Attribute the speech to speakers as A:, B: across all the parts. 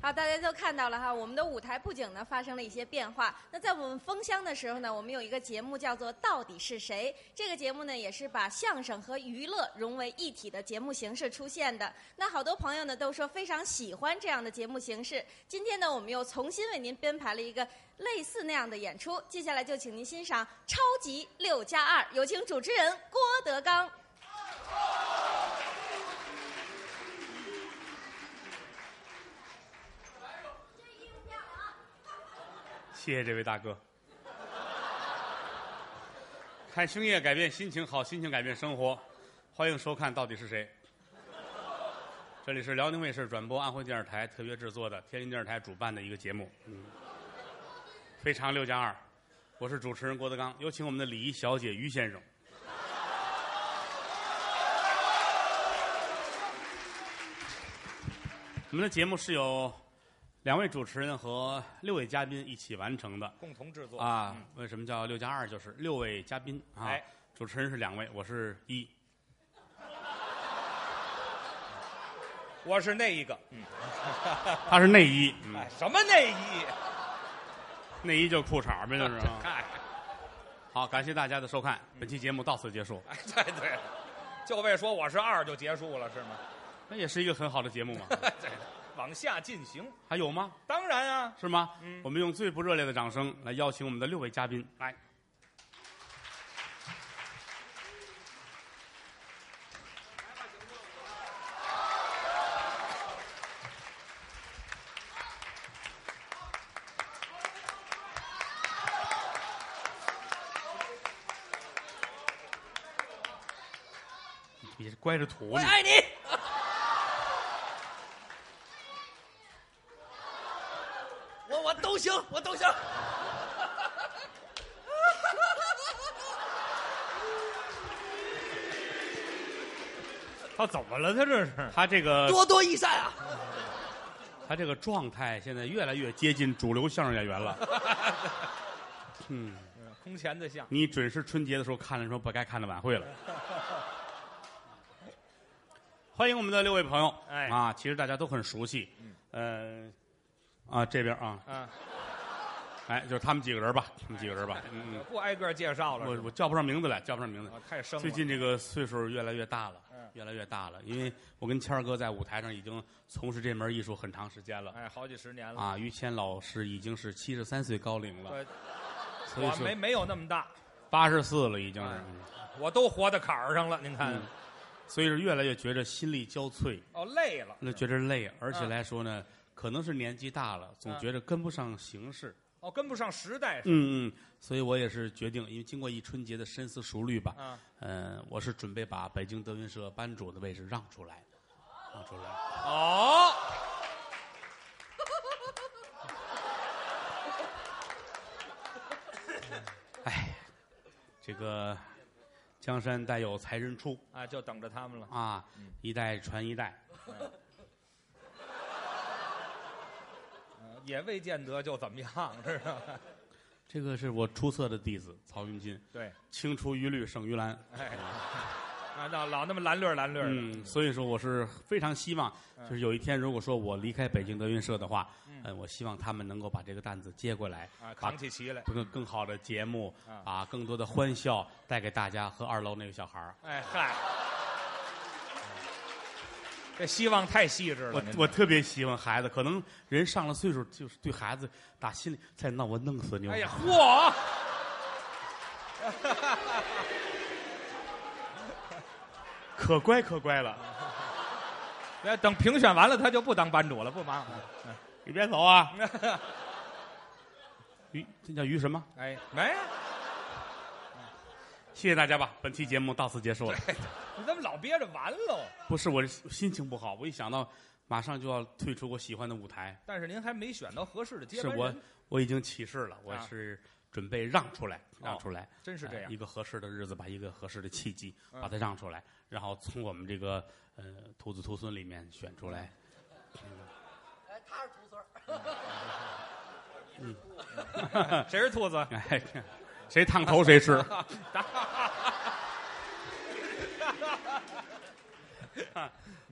A: 好，大家就看到了哈，我们的舞台布景呢发生了一些变化。那在我们封箱的时候呢，我们有一个节目叫做《到底是谁》，这个节目呢也是把相声和娱乐融为一体的节目形式出现的。那好多朋友呢都说非常喜欢这样的节目形式。今天呢，我们又重新为您编排了一个类似那样的演出。接下来就请您欣赏《超级六加二》，有请主持人郭德纲。
B: 谢谢这位大哥。看星夜改变心情，好心情改变生活。欢迎收看《到底是谁》，这里是辽宁卫视转播安徽电视台特约制作的天津电视台主办的一个节目，嗯，非常六加二。我是主持人郭德纲，有请我们的礼仪小姐于先生。我们的节目是由两位主持人和六位嘉宾一起完成的。
C: 共同制作
B: 啊，为什么叫六加二？就是六位嘉宾啊，
C: 哎
B: 主持人是两位，我是一。
C: 我是那一个，
B: 嗯他是内衣，嗯
C: 哎，什么内衣？
B: 内衣就裤衩呗，就是。啊
C: 嗨，
B: 好，感谢大家的收看，本期节目到此结束。
C: 哎，对对，就为说我是二就结束了是吗？
B: 那也是一个很好的节目嘛，
C: 对，往下进行，
B: 还有吗？
C: 当然啊，
B: 是吗？
C: 嗯
B: 我们用最不热烈的掌声来邀请我们的六位嘉宾来。你是乖着土
C: 我
B: 呢，
C: 爱你。我我都行，我都 行。
D: 他怎么了？他这 是
B: 他这个
C: 多多益善啊！
B: 他这个状态现在越来越接近主流相声演员了。嗯，
C: 空前的像，
B: 你准是春节的时候看了说不该看的晚会了。欢迎我们的六位朋友，
D: 哎
B: 啊，其实大家都很熟悉，呃，啊这边啊，
C: 嗯，
B: 哎，就是他们几个人吧，他们几个人吧，嗯嗯，
C: 不挨个介绍了。
B: 我
C: 是吧
B: 我叫不上名字来，叫不上名字
C: 啊，太生了。
B: 最近这个岁数越来越大了
C: 嗯，
B: 越来越大了，因为我跟谦儿哥在舞台上已经从事这门艺术很长时间了，
C: 哎，好几十年了。
B: 啊，于谦老师已经是七十三岁高龄了，
C: 对，
B: 所以
C: 我没
B: 说
C: 没有那么大，
B: 八十四了已经是
C: 哎，我都活到坎儿上了。您看，
B: 嗯，所以是越来越觉着心力交瘁。
C: 哦，累了。
B: 那觉着累，而
C: 嗯
B: 且来说呢，可能是年纪大了，总觉着跟不上形势。
C: 哦，跟不上时代。
B: 嗯嗯，所以我也是决定，因为经过一春节的深思熟虑吧，
C: 啊，
B: 嗯、我是准备把北京德云社班主的位置让出来，让出来。
C: 哦，
B: 这个江山代有才人出
C: 啊，就等着他们了。
B: 啊，
C: 嗯
B: 一代传一代。
C: 呃也未见得就怎么样，知 道吧？
B: 这个是我出色的弟子曹云金，
C: 对，
B: 青出于绿胜于蓝。
C: 哎，啊，那老那么蓝绿儿蓝绿儿的，嗯
B: 嗯，所以说我是非常希望，就是有一天如果说我离开北京德云社的话，嗯、我希望他们能够把这个担子接过来，
C: 啊，
B: 把
C: 扛起旗来，
B: 更更好的节目
C: 啊
B: 啊，更多的欢笑带给大家和二楼那个小孩儿。
C: 哎嗨，这希望太细致了
B: 我，
C: 您
B: 我特别希望孩子，可能人上了岁数，就是对孩子打心里再闹我弄死你！
C: 哎呀，嚯！
B: 可乖可乖了，
C: 哎等评选完了，他就不当班主了，不忙。
B: 你别走 啊！于这叫于什么？
C: 哎，没，
B: 谢谢大家吧，本期节目到此结束了。
C: 你怎么老憋着完喽？
B: 不是我这心情不好，我一想到马上就要退出我喜欢的舞台。
C: 但是您还没选到合适的接
B: 是
C: 班
B: 我
C: 人，
B: 我已经起誓了，我
C: 啊
B: 是准备让出来，让
C: 哦
B: 出来，
C: 真是这
B: 呃
C: 样
B: 一个合适的日子，把一个合适的契机，
C: 嗯
B: 把它让出来，然后从我们这个呃徒子徒孙里面选出来。
C: 谁是兔子？
B: 哎，谁烫头谁吃。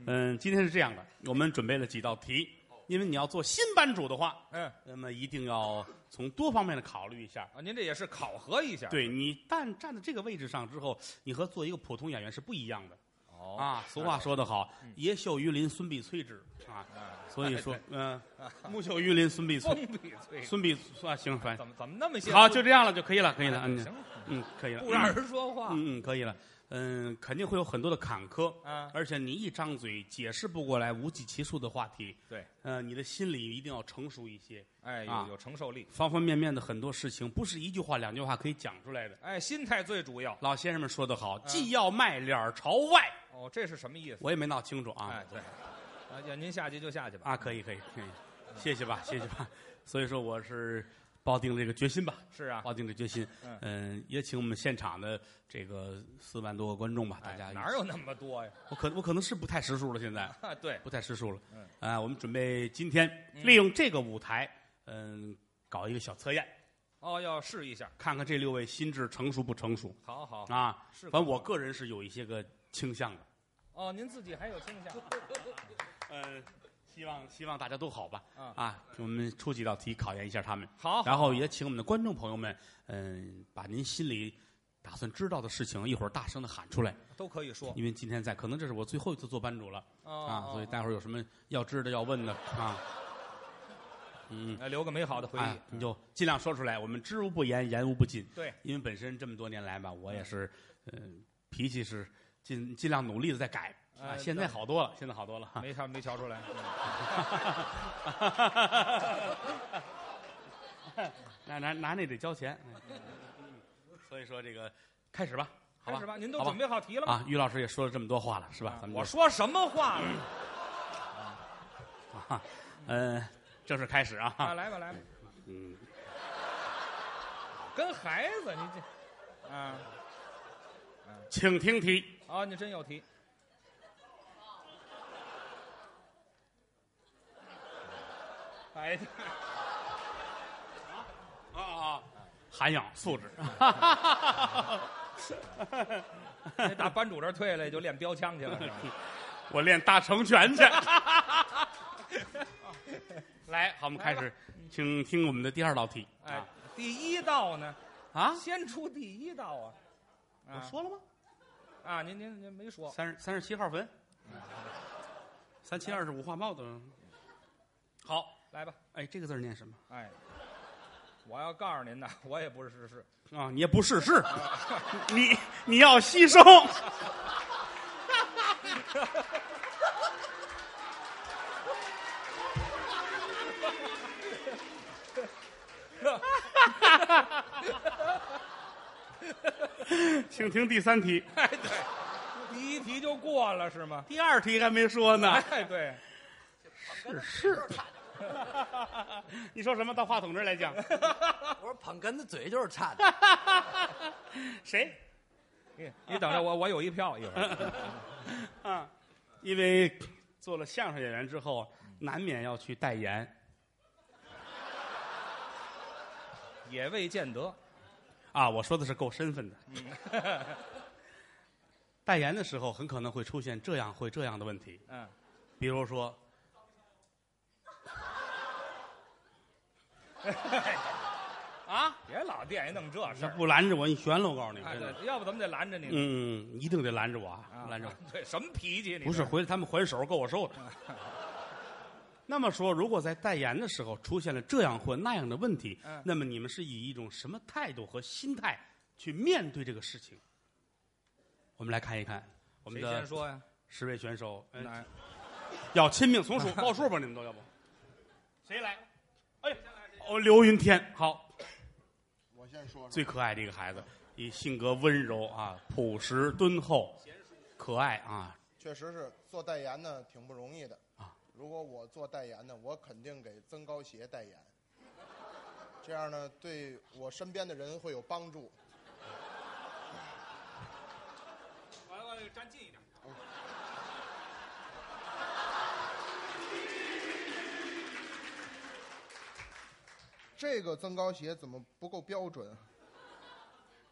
B: 嗯，今天是这样的，我们准备了几道题，因为你要做新班主的话，
C: 嗯，
B: 那么一定要从多方面的考虑一下。
C: 啊，您这也是考核一下。，
B: 对你但站在这个位置上之后，你和做一个普通演员是不一样的
C: 哦
B: 啊。俗话说得好，爷秀于林，孙必摧之啊。
C: 嗯啊
B: 所以 说，嗯，木秀于林，孙必
C: 风
B: 摧，
C: 必摧，
B: 孙必摧啊，行， 反正
C: 怎么怎么那么些？
B: 好，就这样了，就可以了，可以了，嗯，
C: 啊行，
B: 嗯，可以了，
C: 不让人说话。
B: 嗯嗯，可以了，嗯，肯定会有很多的坎坷，
C: 啊，
B: 而且你一张嘴解释不过来无计其数的话题，
C: 对，
B: 呃，你的心理一定要成熟一些，
C: 哎，
B: 啊
C: 有有承受力，
B: 方方面面的很多事情不是一句话两句话可以讲出来的。
C: 哎，心态最主要。
B: 老先生们说得
C: 嗯
B: 好，既要卖脸儿朝外，
C: 哦，这是什么意思？
B: 我也没闹清楚啊
C: 哎，对，啊，要您下去就下去吧。
B: 啊，可以可以可以，谢谢吧谢谢吧，所以说我是抱定这个决心吧。
C: 是啊，
B: 抱定这决心，
C: 嗯
B: 嗯，也请我们现场的这个四万多个观众吧，大
C: 哎
B: 家一起
C: 哪有那么多呀？
B: 我可我可能是不太识数了，现在
C: 啊，对，
B: 不太识数了。
C: 嗯
B: 啊，我们准备今天利用这个舞台，嗯，搞一个小测验，
C: 哦，要试一下。
B: 看看这六位心智成熟不成熟
C: 好好，
B: 啊。
C: 是
B: 反正我个人是有一些个倾向的，
C: 哦，您自己还有倾 向。
B: 呃，希望希望大家都好吧。
C: 啊
B: 啊，我们出几道题考验一下他们，
C: 好，
B: 然后也请我们的观众朋友们，嗯，把您心里打算知道的事情一会儿大声的喊出来，
C: 都可以说
B: 因为今天在，可能这是我最后一次做班主了。
C: 哦
B: 啊，所以待会儿有什么要知道、要问的 啊，嗯，
C: 哎留个美好的回
B: 哎
C: 忆。
B: 你就尽量说出来。我们知无不言，言无不尽。
C: 对，
B: 因为本身这么多年来吧，我也是，嗯，脾气是尽尽量努力的在改啊。
C: 哎
B: 现在好多了，现在好多了。哈
C: 没瞧没瞧出来，嗯
B: 拿拿拿那得交钱。嗯所以说这个开始吧，好吧，
C: 开始吧，您都
B: 好吧
C: 准备好题了吗？
B: 啊。于老师也说了这么多话了，是吧？咱们就
C: 啊我说什么 话了？
B: 啊，嗯，正式开始啊。
C: 啊，来吧来吧，
B: 嗯，
C: 跟孩子你这，啊
B: 请听题。
C: 啊，你真 有题，哎，
B: 啊啊，涵养素 质。
C: 那打班主这儿退了，也就练标枪去了，是吧
B: 嗯我练大成拳 去。来，好，我们开
C: 来
B: 始，请听我们的第二道题。
C: 哎
B: 啊，
C: 第一道呢，
B: 啊，
C: 先出第一道啊，啊
B: 我说了吗？
C: 啊，您您您没说，
B: 三十三十七号坟，三七二十五画报的。好，
C: 来吧，
B: 哎，这个字儿念什么
C: 哎，我要告诉您呐，我也不是实事，
B: 啊？你也不试试，你你要牺牲。请听第三题，
C: 哎，对，第一题就过了是吗？
B: 第二题还没说呢。
C: 哎，对，
B: 是， 你说什么？到话筒这儿来讲，
E: 我说捧哏的嘴就是差点，
B: 谁？
C: 你 你等着我，我有一票一会 儿。
B: 啊，因为做了相声演员之后，难免要去代言。
C: 也未见 得。
B: 啊，我说的是够身份的。代言的时候，很可能会出现这样会这样的问题，
C: 嗯，
B: 比如说，啊，
C: 别老惦记弄这事
B: 那
C: 儿。
B: 不拦着我，你悬了，我告诉你，
C: 哎，
B: 真的，
C: 对，要不咱们得拦着你呢。
B: 嗯，一定得拦着我啊
C: 啊，
B: 拦着我。
C: 对，什么脾气你？
B: 不是，，回来他们还手够我受的。 那么说，如果在代言的时候出现了这样或那样的问题，
C: 嗯
B: 那么你们是以一种什么态度和心态去面对这个事情？我们来看一看我们
C: 谁先
B: 的
C: 说呀？
B: 十位选手，嗯、
C: 来，
B: 要亲命从属报数吧，你们都要不？谁来？哎呀，哦，刘云天，好，
F: 我先说说，
B: 最可爱的一个孩子，以性格温柔啊、朴实敦厚、可爱啊，
F: 确实是做代言呢挺不容易的
B: 啊。
F: 如果我做代言呢，我肯定给增高鞋代言，这样呢对我身边的人会有帮助。
C: 我我站近一点。
F: 这个增高鞋怎么不够标准啊？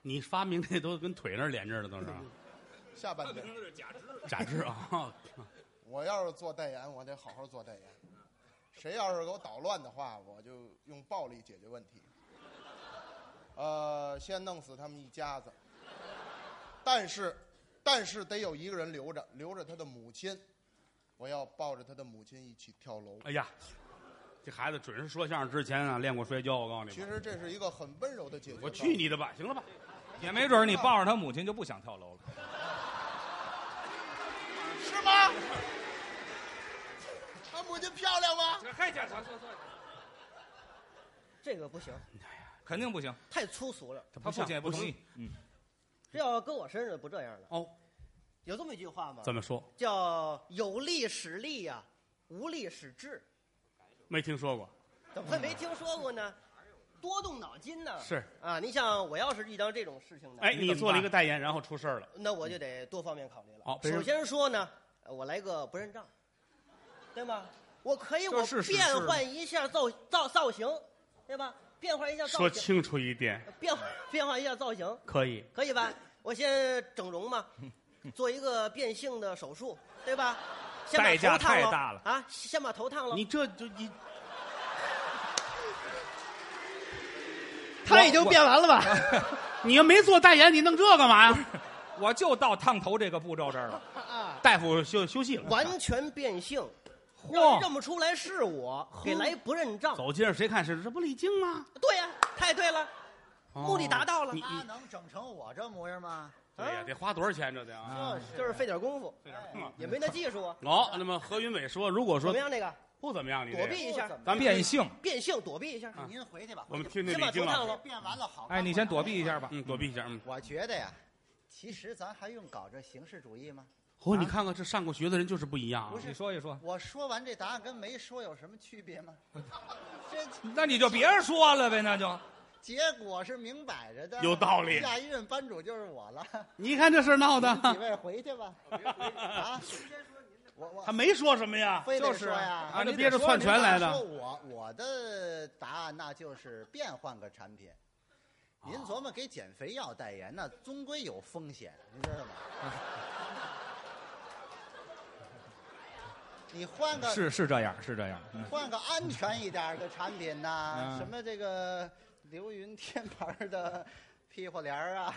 B: 你发明这都跟腿那儿连着了，都是啊。
F: 下半天，
C: 是假肢。
B: 假肢啊，
F: 我要是做代言，我得好好做代言，谁要是给我捣乱的话，我就用暴力解决问题。呃，先弄死他们一家子，但是，但是得有一个人留着，留着他的母亲，我要抱着他的母亲一起跳楼。
B: 哎呀，这孩子准是说相声之前啊练过摔跤，我告诉你
F: 其
B: 吧。
F: 实这是一个很温柔的解决。
B: 我去！你的吧，行了吧？
C: 也没准儿你抱着他母亲就不想跳楼 了。
F: 是吗？他母亲漂亮吗？
B: 嗨，家伙，
G: 这个不行，
C: 肯定不行，
G: 太粗俗了。
C: 他父亲也不同意。嗯，
G: 这要搁我身上就不这样了。
B: 哦，
G: 有这么一句话吗？
B: 怎么说？
G: 叫有力使力呀、无力使智。
B: 没听说过。
G: 怎么会没听说过呢？多动脑筋呢。
B: 是
G: 啊，你想，我要是遇到这种事情呢，
B: 哎，你
C: 你怎么
B: 做了一
C: 办
B: 个代言，然后出事儿了。
G: 那我就得多方面考虑了。
B: 好别人
G: 首先说呢，呃我来个不认账，对吧？我可以我
C: 就是是
G: 变换一下造造造型，对吧？变换一下造
B: 说
G: 型，
B: 清楚一点，
G: 变换变换一下造型，
B: 可以。
G: 可以吧？我先整容嘛，做一个变性的手术，对吧？先把
C: 代价
G: 头烫
C: 太
G: 了
C: 大了
G: 啊！先把头烫了
B: 你，这就你
G: 他已经变完了吧？
B: 你要没做代言，你弄这干嘛呀？
C: 我就到烫头这个步骤这儿了。
B: 大夫休休息了，
G: 啊完全变性，让人
C: 嚯，
G: 认不出来是我，给来不认账。
B: 走街上谁看是这不李菁吗？
G: 对呀、太对了，
B: 哦
G: 目的达啊到了
B: 你
H: 他
B: 你
H: 能整成我这模样吗？
B: 对呀，得花多少钱这得啊？
G: 就是费点功夫，也没那技术啊。
B: 好，那么何云伟说，如果
G: 怎
B: 说
G: 么样？这个
B: 不怎么样，你这
G: 躲避一下，
B: 咱们
C: 变性，
G: 变性躲避一下。
H: 您回去吧，
B: 我们听听
G: 先把
B: 李
G: 头
B: 菁
G: 烫
B: 老师，
G: 了，
H: 变完了好。
C: 哎，你先躲避一下。吧。
B: 嗯，躲避一下，嗯。
H: 我觉得呀，其实咱还用搞这形式主义吗？
B: 嚯，你看看这上过学的人就是不一样啊。
C: 你说一说，
H: 我说完这答案跟没说有什么区别吗？ 这
C: 那你就别说了呗，那就
H: 结果是明摆着的，
B: 有道理
H: 下一任班主就是我了，
B: 你看这事儿闹
H: 几
B: 的，
H: 位回去吧。啊，我
B: 他
H: 我
B: 没说什么呀，
H: 非得
C: 就是
H: 说呀。
B: 他
C: 啊
B: 就
C: 你
B: 憋着
C: 得说
B: 篡
C: 你
B: 权来
H: 您说
B: 的。
H: 我我的答案那就是变换个产品。
C: 啊
H: 您琢磨给减肥药代言，那终归有风险，您知 道吗？你换个
C: 是是这样，是这样。嗯
H: 换个安全一点的产品呐、
C: 嗯
H: 什么这个流云天牌的屁股帘儿啊，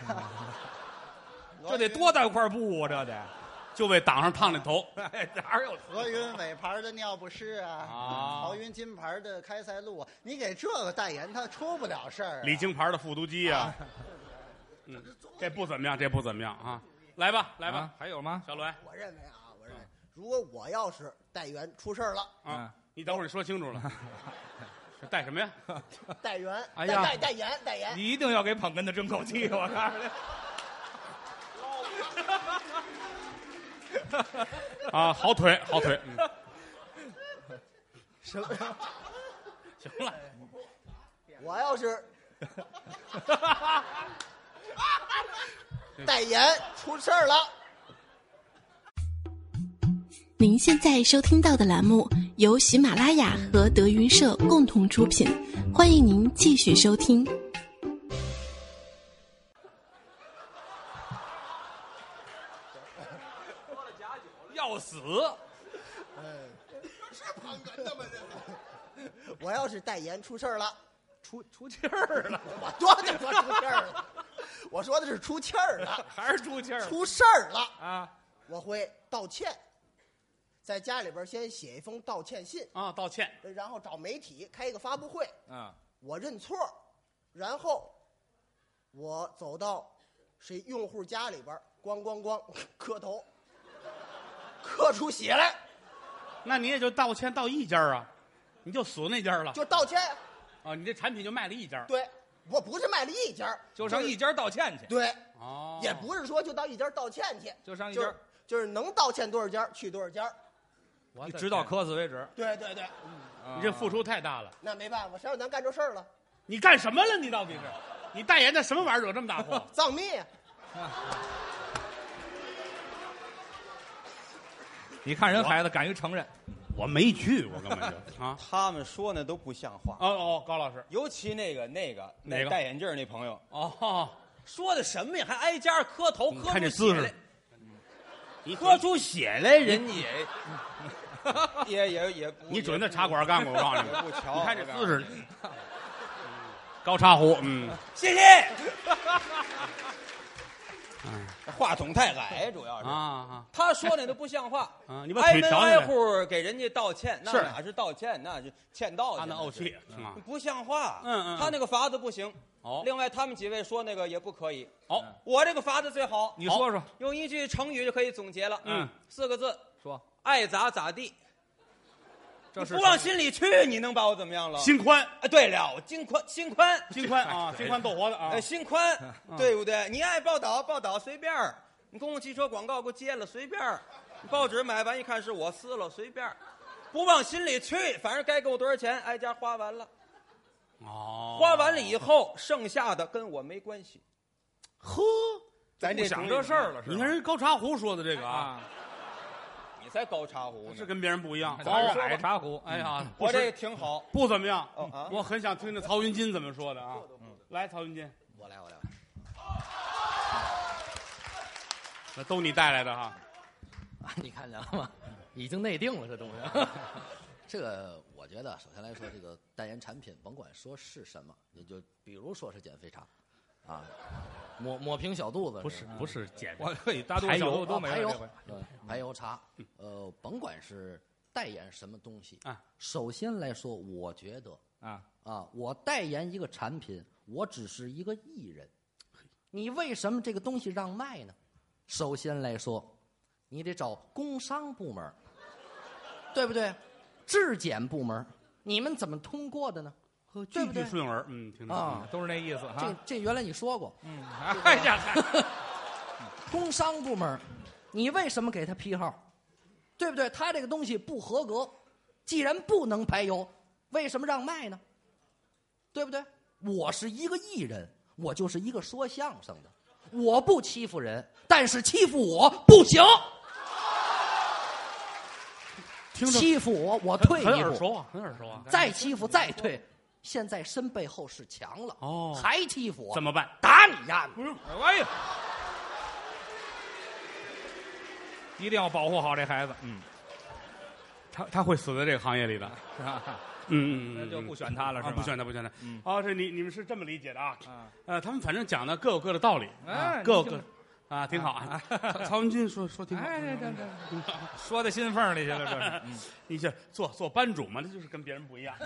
C: 嗯 这得多大块布啊！这得，
B: 就为挡上烫那 头，
C: 哎，哪有
H: 何云伟牌的尿不湿啊，
B: 啊
H: 曹云金牌的开塞露啊，你给这个代言，他出不了事儿、啊。
B: 李菁牌的复读机
I: 啊
B: 呀。嗯，这不怎么样，这不怎么样啊。来吧，来吧
C: 啊，，还有吗？
B: 小栾，
I: 我认为啊，我认为如果我要是代言出事儿了，
B: 啊，你等会儿你说清楚了， 这带什么呀？
I: 代言，
G: 啊
C: 哎
I: 代
C: 呀
I: 代代言代 言，
C: 你一定要给捧哏的争口 气，我告诉你。
B: 啊，好腿，好腿，嗯，
I: 什么？
B: 行了，
I: 我要是 代言出事儿了。
J: 您现在收听到的栏目由喜马拉雅和德云社共同出品，欢迎您继续收听。
C: 要死！
I: 我要是代言出事儿了，
C: 出出气儿了，
I: 我多就说出气儿了。我说的是出气儿 了，
C: 还是出气儿了
I: 出事儿了，
C: 啊？
I: 我会道歉，在家里边儿先写一封道歉信，
B: 啊，道歉，
I: 然后找媒体开一个发布会，
C: 啊，
I: 我认错儿，然后我走到谁用户家里边儿，咣咣咣磕头，磕出血来，
B: 那你也就道歉到一家儿啊，你就数那家儿了
I: 就道歉。
B: 啊，你这产品就卖了一家儿，
I: 对，我不是卖了一家儿，
C: 就上一家道歉去，
I: 对，
B: 哦，
I: 也不是说就到一家儿道歉去，
C: 就上一
I: 就
C: 家
I: 是，就是能道歉多少家儿去多少家儿。
B: 我
C: 你
B: 的
C: 直到
B: 天，啊
C: 磕死为止。
I: 对对对，
C: 啊
B: 你这付出太大了，
I: 那没办法，谁让咱干这事儿了？？
B: 你干什么了？你到底是，你代言的什么玩意儿惹这么大祸
I: 藏秘 啊，
C: 你看人孩子敢于承认，
B: 我没去，我根本就啊，
K: 他们说那都不像话，
B: 哦哦，高老师，
K: 尤其那个那个
B: 哪个
K: 那戴眼镜那朋友，
B: 哦，
K: 说的什么呀？还挨家磕头，
B: 你
K: 磕
B: 看
K: 出
B: 这姿
K: 血
B: 势
K: 来，，
B: 你
K: 磕出血来，人家 也也也也不，
B: 你准在茶馆干过，我告诉你，
K: 也不瞧
B: 你看这
K: 我告
B: 姿
K: 诉
B: 势
K: 你，
B: 高茶壶，嗯，
K: 谢谢。
B: 嗯
K: 话筒太矮，哎主要是
B: 啊啊
K: 他说那都不 像话
B: 啊你把
K: 挨
B: 腿
K: 门
B: 调下
K: 哎挨
B: 来
K: 户给人家道歉，那
B: 是
K: 哪是道歉，那是欠道去。
B: 他那怄气
K: 那
B: 是吗
K: 是不像话。
B: 嗯嗯
K: 他那个法子不行。
B: 哦
K: 另外他们几位说那个也不可以。
B: 哦，
K: 我这个法子最好。
B: 你说说
K: 好，用一句成语就可以总结了。
B: 嗯，
K: 四个字，
B: 说
K: 爱咋咋地。
B: 这是
K: 你不往心里去，你能把我怎么样了？
B: 心宽
K: 啊！对了，我心宽，心宽，
B: 心宽
K: 哎
B: 啊，心宽逗活的啊
K: 呃，，心宽
B: 嗯，
K: 对不对？你爱报道报道随便儿你公共汽车广告给我接了随便儿你报纸买完一看是我撕了随便儿不往心里去，反正该给我多少钱挨家花完了，
B: 哦，
K: 花完了以后剩下的跟我没关系。
B: 呵，
K: 咱这
B: 想
K: 主意
B: 这
K: 怎
B: 事
K: 么
B: 儿
K: 样
B: 了，你看人高茶壶说的这个啊，
K: 你才高茶壶呢，
B: 是跟别人不一样，
K: 咱说吧嗯
B: 矮茶壶，哎呀，不
K: 我这
B: 是
K: 个挺好。
B: 不怎么样
K: 哦啊，
B: 我很想听听曹云金怎么说的啊，来，曹云金，
L: 我来，我来。
B: 那都你带来的哈，
M: 你看着吗？已经内定了这 东西。
H: 这个我觉得，首先来说，这个代言产品，甭管说是什么，也就比如说是减肥茶，啊，抹抹平小肚子
B: 不是
H: 吧
B: 不是减肥
H: 啊
B: 我以为大肚子小肚子都没了
H: 排油
B: 这回
H: 对排油茶，呃，甭管是代言什么东西
B: 啊，
H: 首先来说，我觉得
B: 啊
H: 啊，我代言一个产品，我只是一个艺人，你为什么这个东西让卖呢？首先来说，你得找工商部门儿，对不对？质检部门儿，你们怎么通过的呢？对
B: 句
H: 不对
B: 句？顺耳，嗯，听着
H: 啊
B: 嗯
C: 都是那意思
H: 这
C: 哈。
H: 这原来你说过，
C: 嗯，
H: 哎呀，工商部门儿，你为什么给他批号？对不对？他这个东西不合格，既然不能排油，为什么让卖呢？对不对？我是一个艺人，我就是一个说相声的，我不欺负人，但是欺负我不行。
B: 听着
H: 欺负我，我
B: 很
H: 退
B: 很
H: 一
B: 耳熟
H: 步。
B: 啊，很耳熟啊，
H: 再欺负再退，现在身背后是墙了，
B: 哦
H: 还欺负我，
B: 怎么办？
H: 打你呀！
C: 不是，哎呀， 一定要保护好这孩子，嗯，
B: 他他会死在这个行业 里的，
C: 是吧？
B: 嗯嗯嗯，
C: 那就
B: 嗯
C: 不选他了是
B: 啊
C: 吧
B: 不选他，不选他
C: 嗯。
B: 哦，这你你们是这么理解的啊？呃，他们反正讲的各有各的道理，
C: 哎
B: 啊
C: 你
B: 各有
C: 听
B: 各
C: 着
B: 啊，挺好啊。 曹曹文军说说挺好。
C: 哎，这这
B: 挺好
C: 说到心缝里去了，这是。嗯
B: 你这做做班主嘛，那就是跟别人不一 样，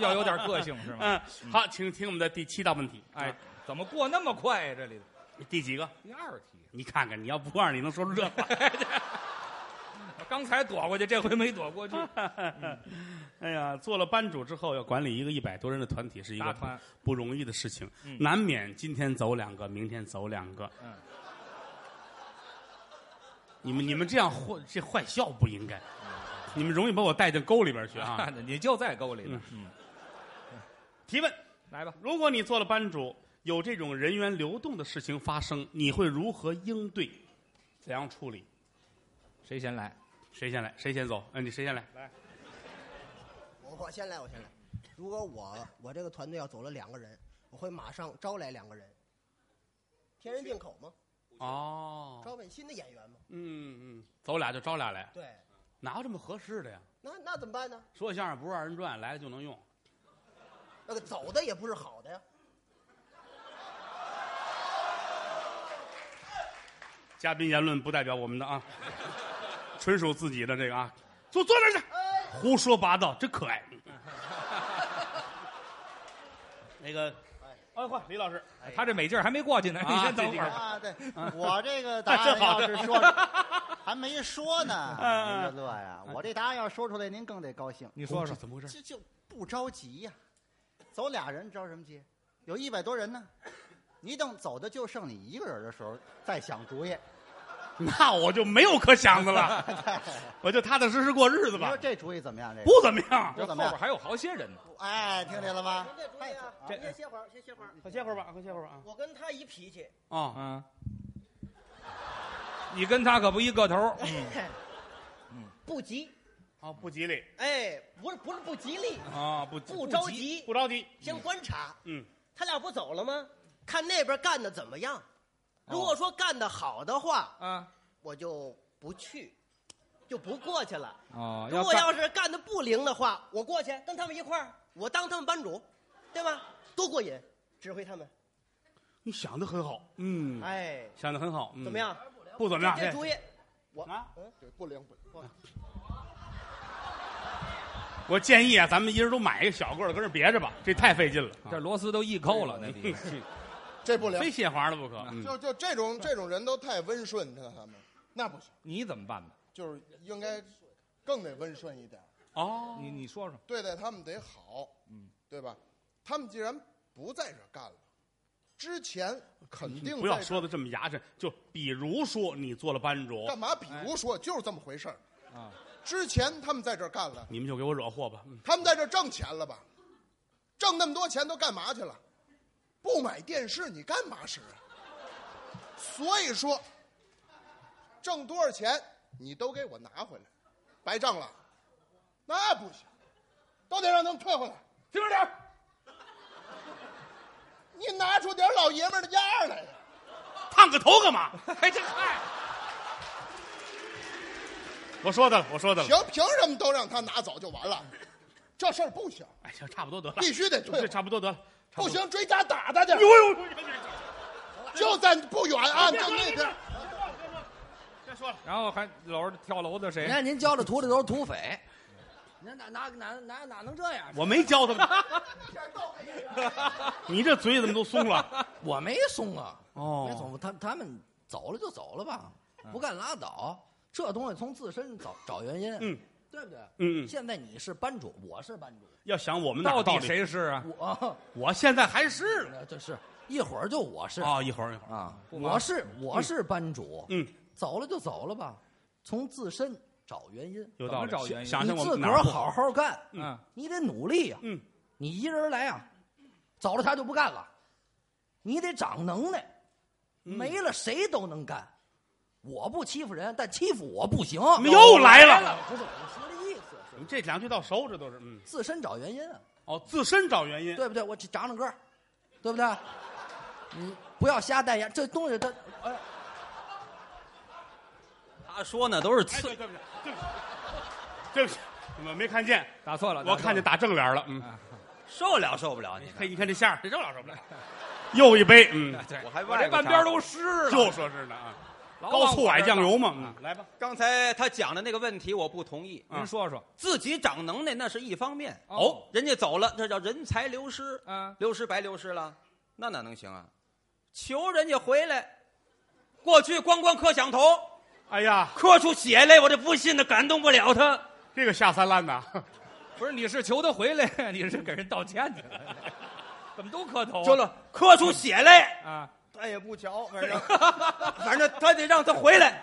C: 要有点个性是吗
B: 嗯，好，请听我们的第七道问题。
C: 哎
B: 啊，
C: 怎么过那么快呀、这里
B: 第几个？
C: 第二 题，
B: 你看看，你要不让你能说出这话。
C: 刚才躲过去，这回没躲 过去。啊
B: 哎呀，做了班主之后，要管理一个一百多人的团体，是一个
C: 大团
B: 不容易的事情，
C: 嗯
B: 难免今天走两个，明天走两个。
C: 嗯，
B: 你们你们这样坏这坏笑不应该，
C: 嗯
B: 你们容易把我带进沟里边去 啊！
C: 你就在沟里呢。嗯，
B: 提问
C: 来吧。
B: 如果你做了班主，有这种人员流动的事情发生，你会如何应对？怎样处理？
C: 谁先来？
B: 谁先来？谁先走？嗯，你谁先来？来，
G: 我我先来，我先来。如果我我这个团队要走了两个人，我会马上招来两个人，天人定口吗？
B: 哦，
G: 招本新的演员吗？
B: 嗯嗯，走俩就招俩来，
G: 对，
B: 哪有这么合适的呀？
G: 那那怎么办呢？
B: 说相声不是二人转，来了就能用。
G: 那个走的也不是好的呀。
B: 嘉宾言论不代表我们的啊，纯属自己的这个啊。坐坐那儿去，胡说八道，真可爱。那个，哎，换李老师，
C: 他这美劲儿还没过去呢，你
B: 啊
C: 先等会儿吧。
L: 啊， 对
B: 啊，
L: 我这个答
B: 真
L: 案
B: 好
L: 要是说，还没说
H: 啊
L: 呢，
B: 嗯嗯
L: 您就乐呀。我这答案要说出来，您更得高兴。
C: 你说说
B: 怎么回 事？
L: 这就不着急呀、走俩人着什么急？有一百多人呢，你等走的就剩你一个人的时候，再想主意。
B: 那我就没有可 想的了， 我就踏踏实实过日子
L: 你
B: 吧
L: 说，这主意怎么样？这个
B: 不怎么样。
L: 不
C: 这后
L: 怎么样
C: 边还有好些人呢。
L: 哎，听见了吗？
G: 这主意啊，
C: 这
G: 你先歇会儿，先歇会儿。
B: 快歇会儿吧，快歇会儿吧啊！
G: 我跟他一脾气，
B: 哦，
C: 嗯，你跟他可不一个头
G: 嗯
C: 儿。
G: 不急，
B: 哦，不吉利
G: 哎，不是不是不吉利，
B: 啊，不
G: 不着急
B: 不着急。
G: 先观察。
B: 嗯，
G: 他俩不走了吗？看那边干的怎么样。如果说干的好的话，
C: 啊，
G: 我就不去。就不过去了。
D: 哦，
G: 如果要
D: 干
G: 是干的不灵的话，我过去跟他们一块儿，我当他们班主，对吧？多过瘾，指挥他们。
B: 你想的很好，嗯，
G: 哎，
B: 想的很好，嗯
G: 怎么样？
B: 不怎么样，
G: 这主意，我
B: 啊，
G: 嗯，
F: 对，不灵不
G: 灵。
B: 我建议啊，咱们一人都买一个小个的，跟这别着吧，这太费劲了。这
C: 啊螺丝都一扣了，那地方
F: 这不灵
B: 非蟹黄了不可。嗯
F: 就就这种这种人都太温顺，你知道他们那不行，
C: 你怎么办呢？
F: 就是应该更得温顺一点，
C: 哦，你你说说，
F: 对待他们得好，
C: 嗯，
F: 对吧？他们既然不在这儿干了，之前肯定
B: 嗯不要
F: 在这儿
B: 说的这么牙碜，就比如说你做了班主，
F: 干嘛？比
B: 哎
F: 如说就是这么回事儿，
C: 啊，
F: 之前他们在这儿干了，
B: 你们就给我惹祸吧。嗯
F: 他们在这儿挣钱了吧？挣那么多钱都干嘛去了？不买电视你干嘛使啊？所以说，挣多少钱你都给我拿回来，白挣了，那不行，都得让他们退回来。
B: 听着点
F: 你拿出点老爷们儿的样儿来呀！
B: 烫个头干嘛？哎，这嗨，我说的了，我说的了。
F: 行，凭什么都让他拿走就完了？这事儿不行，
B: 哎，行，差不多得了，
F: 必须得退
B: 这差不多得了。哎
F: 不行追家打他去。
B: 呦呦哎
F: 就在不远啊，就
B: 别说了别
F: 那
B: 说
F: 边
B: 了。别说了，
C: 然后还搂着跳楼的谁？
N: 你看您教的徒弟都是土匪，您哪哪哪哪哪能这样？
B: 我没教他们，你这嘴怎么都松了？
N: 我没松啊，
B: 哦
N: 没松，他他们走了就走了吧，
M: 嗯
N: 不干拉倒，这东西从自身找找原因，
B: 嗯，
N: 对不对？
B: 嗯嗯
N: 现在你是班主，我是班主，
B: 要想我们哪
C: 到
B: 儿
C: 底
B: 理
C: 谁是啊？
N: 我
B: 我现在还是呢
N: 那这是一会儿就我是
B: 啊，一会儿一会儿
N: 啊，
C: 不忙
N: 我是我是班主，
B: 嗯，
N: 走了就走了吧，从自身找原因，
B: 有道理。
C: 怎么找原因
B: 想
N: 你
B: 想我
N: 自
B: 们
N: 个
B: 哪儿
N: 儿
B: 不好
N: 好，好干，
C: 嗯，
N: 你得努力呀、
B: 嗯，
N: 你一人来啊，走了他就不干了，你得长能耐，没了谁都能干。我不欺负人，但欺负我不行。
B: 又来了
N: 了，不是我说的意思是
B: 这两句到熟，这都是嗯，
N: 自身找原因啊，
B: 哦，自身找原因。
N: 对不对？我长长个儿，对不对？你不要瞎代言，这东西它
K: 他说呢都是
B: 哎，对对
K: 刺，
B: 不起，对不起，对不起，你们没看见，
C: 打错了，
B: 我看见
C: 打
B: 打正脸了。嗯，
K: 受得了受不了你看
B: 嘿，你看这馅儿，这肉了受不了。又一杯，嗯，
C: 错 了，对
K: 我还
C: 我这
K: 外
C: 半
K: 边
C: 边都湿了，
B: 就说是呢啊，
C: 老往
B: 高
C: 我
B: 醋
C: 这
B: 矮
C: 倒
B: 酱油嘛，嗯，来吧，
K: 刚才他讲的那个问题，我不同意。
C: 您说说，
K: 自己长能耐那是一方面，
C: 哦，
K: 人家走了，这叫人才流失，
B: 啊
C: 嗯，
K: 流失白流失了，那哪能行啊？求人家回来，过去咣咣磕响头，
B: 哎呀，
K: 磕出血来，我这不信的感动不了他。
B: 这个下三滥呐，
C: 不是你是求他回来，你是给人道歉去了， 怎么都磕
B: 哦
C: 头啊？
K: 说了，磕出血来，
C: 啊，
G: 断也不瞧，反正
K: 反正他得让他回来，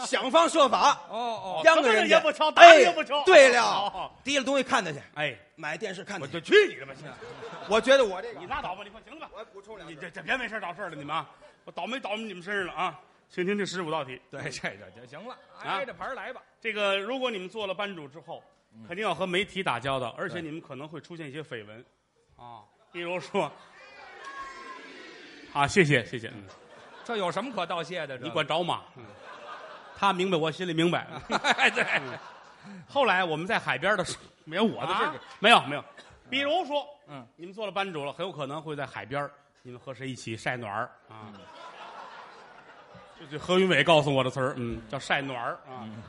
K: 想方设法，
C: 哦哦，
K: 央着人家
B: 什么人也不成打人也不成
K: 哎对
B: 好
K: 了
B: 好，
K: 提了东西看他去，
B: 哎，
K: 买电视看
B: 我
K: 他
B: 就。
K: 去
B: 去你的吧，现在
K: 我觉得我这个
B: 你，拉倒吧，你快行了吧，
K: 我补充两
B: 你
K: 句。
B: 这这别没事找事儿了，你们啊，我倒霉倒霉你们身上了啊。请听这十五道题，
C: 对，这这就行了，
B: 啊
C: 挨着牌儿来吧。
B: 这个如果你们做了班主之后，肯定要和媒体打交道，而且你们可能会出现一些绯闻，啊，比如说，啊，谢谢谢谢，嗯，
C: 这有什么可道谢的？这
B: 你管着吗？嗯，他明白，我心里明白。
C: 哎对，
B: 后来我们在海边的时候，没有我的事情
C: 啊，
B: 没有没有。比如说，
C: 嗯，
B: 你们做了班主了，很有可能会在海边儿，你们和谁一起晒暖儿啊？
C: 嗯
B: 这这何云伟告诉我的词儿，嗯，叫晒暖儿啊。
C: 嗯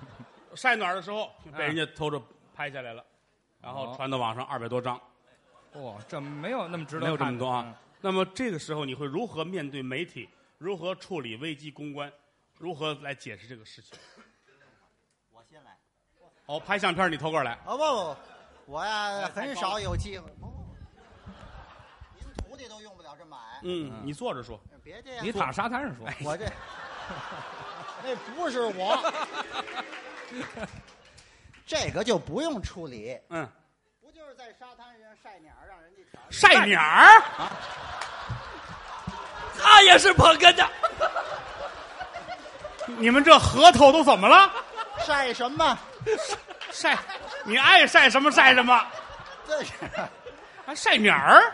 B: 晒暖儿的时候被人家偷着拍下来了，然后
C: 哦
B: 传到网上二百多张，
C: 哇，哦这没有那么值得，
B: 没有这么多
C: 嗯
B: 啊。。那么这个时候你会如何面对媒体？如何处理危机公关？如何来解释这个事情？
H: 我先来。
B: 哦，拍相片儿你头个儿来。
L: 哦
H: 啊不，我呀
B: 太
H: 很
B: 高
H: 少
B: 了
H: 有机会。不不不您徒弟都用不了这么矮，
B: 嗯，
C: 嗯
B: 你坐着说。
H: 别这样。
C: 你躺沙滩上
B: 哎
C: 说，
H: 我这，那不是我，这个就不用处理，
B: 嗯，
H: 不就是在沙滩上晒鸟，让人家瞧瞧？
B: 晒鸟儿，
K: 他也是捧哏的，
B: 你们这核桃都怎么了？
H: 晒什么？
B: 晒，你爱晒什么晒什么，
H: 这是
B: 还晒鸟儿？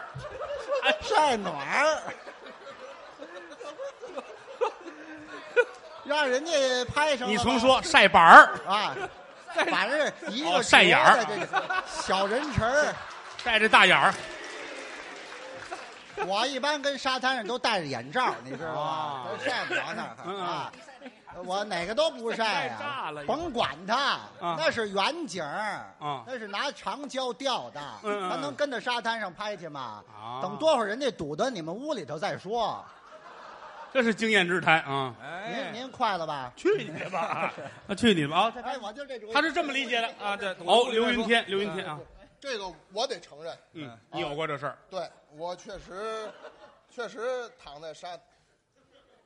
H: 晒暖儿。让人家拍上了吧。
B: 你从说晒板儿
H: 啊，反正一个
B: 哦晒眼儿
H: 折的这个小人唇 儿。
B: 带着大眼儿，
H: 我一般跟沙滩上都戴着眼罩，你知道
B: 啊
H: 吗？都晒不着那儿啊。我哪个都不晒
B: 晒嗯炸
H: 啊
B: 了，
H: 甭管它，
B: 啊
H: 那是远景
B: 啊
H: 那是拿长焦吊的，
B: 嗯嗯
H: 咱能跟着沙滩上拍去吗？
B: 啊
H: 等多会儿人家堵到你们屋里头再说。
B: 这是经验之谈啊！
I: 哎
H: 您您快了吧？
B: 去你的吧！啊，去你的吧！啊，
H: 哎，我就这主意。
B: 他是这么理解的啊
C: 对
B: 哦，刘云天，刘云天啊，
F: 这个我得承认，
B: 嗯，你有过这事儿？
F: 对我确实，确实躺在沙，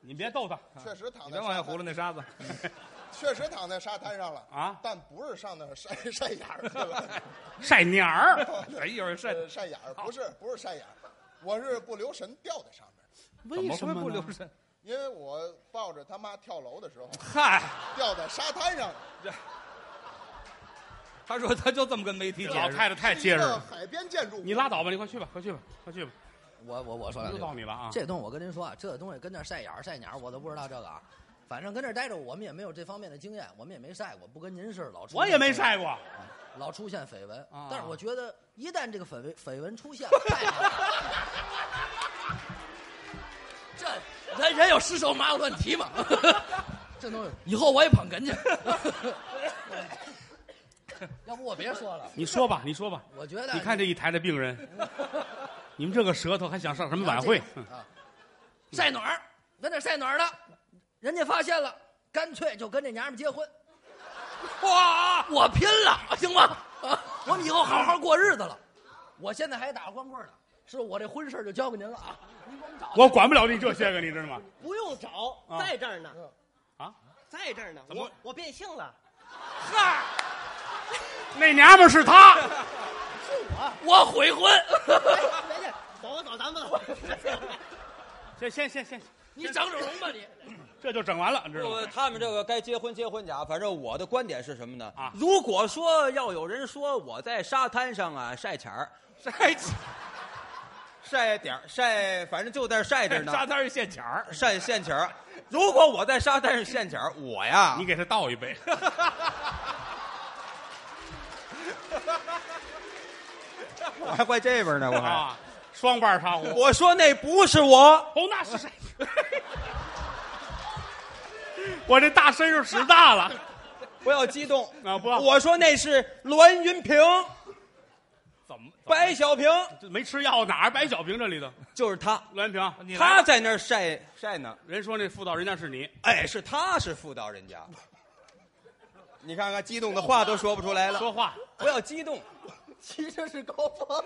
B: 你啊别逗他，
F: 确实躺
C: 你
F: 在
C: 别往下
F: 沙
C: 葫芦
F: 滩，
C: 那沙子。
F: 确实躺在沙滩上了
B: 啊，
F: 但不是上那儿 晒晒眼儿 去了，
B: 晒鸟儿，
C: 哎一会儿晒
F: 呃晒眼儿，不是不是晒眼儿，我是不留神掉在上面，
C: 为什么不留神？
F: 因为我抱着他妈跳楼的时候
C: 嗨，
F: 掉在沙滩上，
C: 他说他就这么跟媒体解释。 啊
B: 老太太太结实
F: 这
B: 了。
F: 海边建筑物，
B: 你拉倒吧，你快去吧，快去吧，快去吧。
N: 我我我说两句
B: 又到你了啊！
N: 这东西我跟您说啊，这东西跟那儿晒眼儿晒鸟儿，我都不知道这个啊。反正跟这儿待着，我们也没有这方面的经验，我们也没晒过，不跟您似的，老出
B: 我也没晒过，
N: 老出现绯闻
B: 啊。
N: 但是我觉得，一旦这个绯闻绯闻出现，太好了 这人人有失手马有乱蹄 嘛，这东西以后我也捧哏去。 要不我别说了，
B: 你说吧，你说吧。
N: 我觉得
B: 你看这一台的病 人，你们这个舌头还想上什么晚会？嗯
N: 啊，晒暖儿，跟那晒暖儿的，人家发现了，干脆就跟这娘们结婚。哇，我拼了，行吗？啊，我们以后好好过日子了。我现在还打光棍呢，是我这婚事儿就交给您了啊，您给我们找去。
B: 我管不了你这些个，你知道吗？
G: 不用找，
B: 啊
G: 在这儿呢，
N: 嗯
B: 啊，
G: 在这儿呢。
B: 么
G: 我我变性了，
B: 那娘们儿是他，
G: 是我。
N: 我悔婚。
G: 哎别介，走吧走，咱 们走。
B: 先先先先，
N: 你整整容吧你。
B: 这就整完了，你知道吗
K: 不，？他们这个该结婚结婚去啊！反正我的观点是什么呢？
B: 啊
K: 如果说要有人说我在沙滩上啊晒钱儿，晒晒点儿晒，反正就在 晒着呢，
C: 沙滩是现钱儿，
K: 晒现钱儿。如果我在沙滩上现钱儿，我呀
B: 你，给他倒一杯，
K: 我还怪这边呢，我还。
B: 啊，双瓣茶壶。
K: 我说那不是我，
B: 哦，那是谁？ 我这大身上使大了
K: 不要激动。
B: 啊！不要，
K: 我说那是栾云平、
C: 怎么怎么
K: 白小平，
B: 这没吃药，哪儿摆小平这里头？
K: 就是他，
B: 栾平，
C: 你来吧
K: 他在那儿晒晒呢。
B: 人说那辅导人家是你，
K: 哎，是他是妇道人家。你看看，激动的话都说不出来了。
B: 说话
K: 不要激动，
I: 其实是高峰，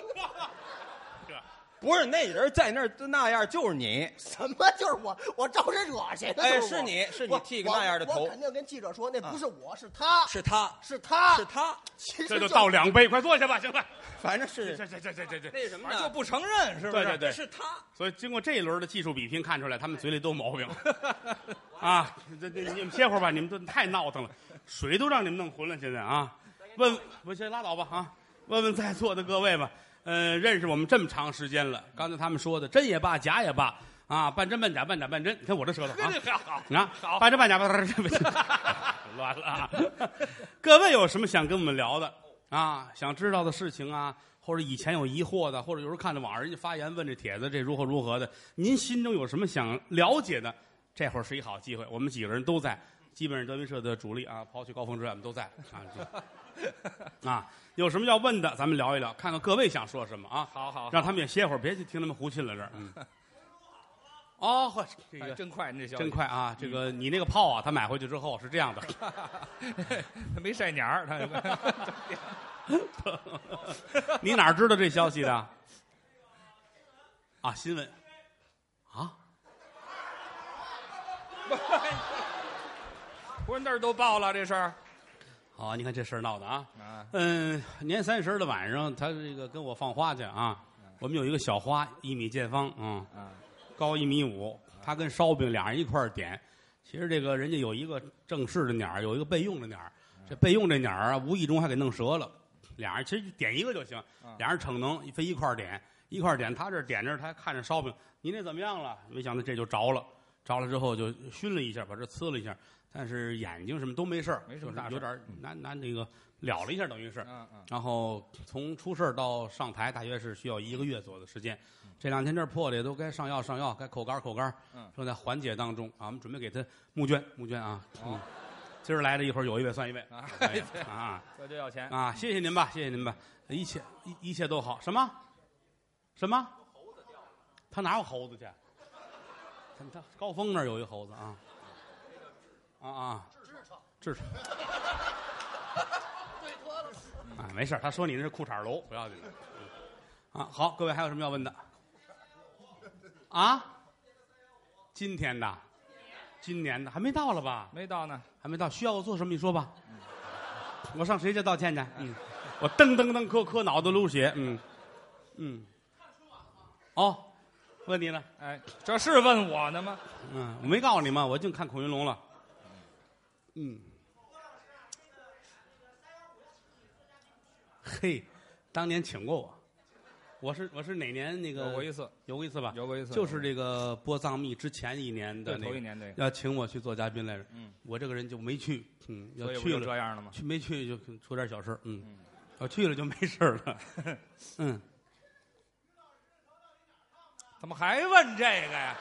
K: 不是那人在那儿都那样，就是你。
I: 什么就是我，我招谁惹谁了？
K: 哎，
I: 就是我
K: 你是你
I: 我
K: 剃个那样的
I: 我
K: 头
I: 我，肯定跟记者说，那
H: 啊
I: 不是我，是他，
K: 是他，
I: 是他，
K: 是。他，
I: 其实
B: 这就
I: 就
B: 倒两杯，快坐下吧，行了。
K: 反正是
B: 这这这这这这，
K: 那什么
C: 反正就
K: 呢？
C: 不承认，是不
B: 对
C: 是？
B: 对对，
K: 是他，
B: 所以经过这一轮的技术比拼，看出来他们嘴里都有毛病啊！这这你们歇会儿吧，你们都太闹腾了，水都让你们弄浑了，现在啊！问我先拉倒吧啊！问问在座的各位吧，呃，认识我们这么长时间了，刚才他们说的真也罢，假也罢啊，半真半假，半假半真，你看我这舌头啊！
C: 好，
B: 啊，
C: 好
B: 半真半假半真半假， 乱了啊！各位有什么想跟我们聊的啊？想知道的事情啊，或者以前有疑惑的，或者有时候看着网上人家发言问这帖子这如何如何的，您心中有什么想了解的？这会儿是一好机会，我们几个人都在，基本上德云社的主力啊，抛去高峰之外，我们都在啊。 就啊，有什么要问的，咱们聊一聊，看看各位想说什么啊，
C: 好好，
B: 让他们也歇会儿，别去听他们胡沁了这儿。嗯，哦，呵这
C: 哎
B: 个
C: 真快，你这消息
B: 真快啊！这个你那个炮啊，他买回去之后是这样的，
C: 他 没晒鸟儿，他
B: 你哪知道这消息的？啊，新闻啊，
C: 不是那儿都报了这事儿
B: 好啊，你看这事儿闹的啊。
C: 啊，
B: 嗯，年三十的晚上，他这个跟我放花去啊。我们有一个小花，一米见方，嗯，
C: 啊
B: 高一米五，他跟烧饼俩人一块儿点。其实这个人家有一个正式的鸟儿，有一个备用的鸟儿。这备用这鸟儿啊，无意中还给弄折了。俩人其实点一个就行，
C: 嗯
B: 俩人逞能，非一块儿点，一块儿点。他这儿点着，他还看着烧饼，您这怎么样了？没想到这就着了，着了之后就熏了一下，把这呲了一下，但是眼睛什么都没事儿，
C: 没什
B: 就
C: 么
B: 是
C: 大事
B: 有点儿拿拿那个了了一下，等于是。
C: 嗯嗯
B: 然后从出事儿到上台，大约是需要一个月左右的时间。这两天这儿破的也都该上药上药，该口干儿口干儿，
C: 嗯
B: 正在缓解当中啊。我们准备给他募捐募捐啊。嗯，今儿来的一会儿有一位算一位
C: 啊
B: 算一位啊。
C: 这就要钱
B: 啊！谢谢您吧，谢谢您吧，一切一一切都好。什么？什么？他哪有猴子去？他他高峰那儿有一猴子啊！啊啊！痔疮，
N: 对脱了。
B: 啊，没事儿他说你那是裤衩楼，不要紧的。嗯啊，好，各位还有什么要问的？啊？今天的，今年的还没到了吧？
C: 没到呢，
B: 还没到，需要我做什么？你说吧。
C: 嗯
B: 我上谁家道歉去？嗯，我噔噔噔磕磕脑袋流血，嗯，嗯。哦，问你呢？
C: 哎，这是问我呢吗？
B: 嗯，我没告诉你吗？我净看孔云龙了。嗯。嘿，当年请过我，我是我是哪年那个？
C: 有过一次，
B: 有过一次吧？
C: 有过一次
B: 呃就是这个播藏秘之前一年的
C: 对
B: 那个，
C: 头一年那个
B: 要请我去做嘉宾来着。
C: 嗯，
B: 我这个人就没去，嗯，要
C: 所以不
B: 去
C: 就
B: 了
C: 这样了吗
B: 去没去就出点小事儿嗯，要去了就没事儿了。 嗯，
C: 怎么还问这个呀？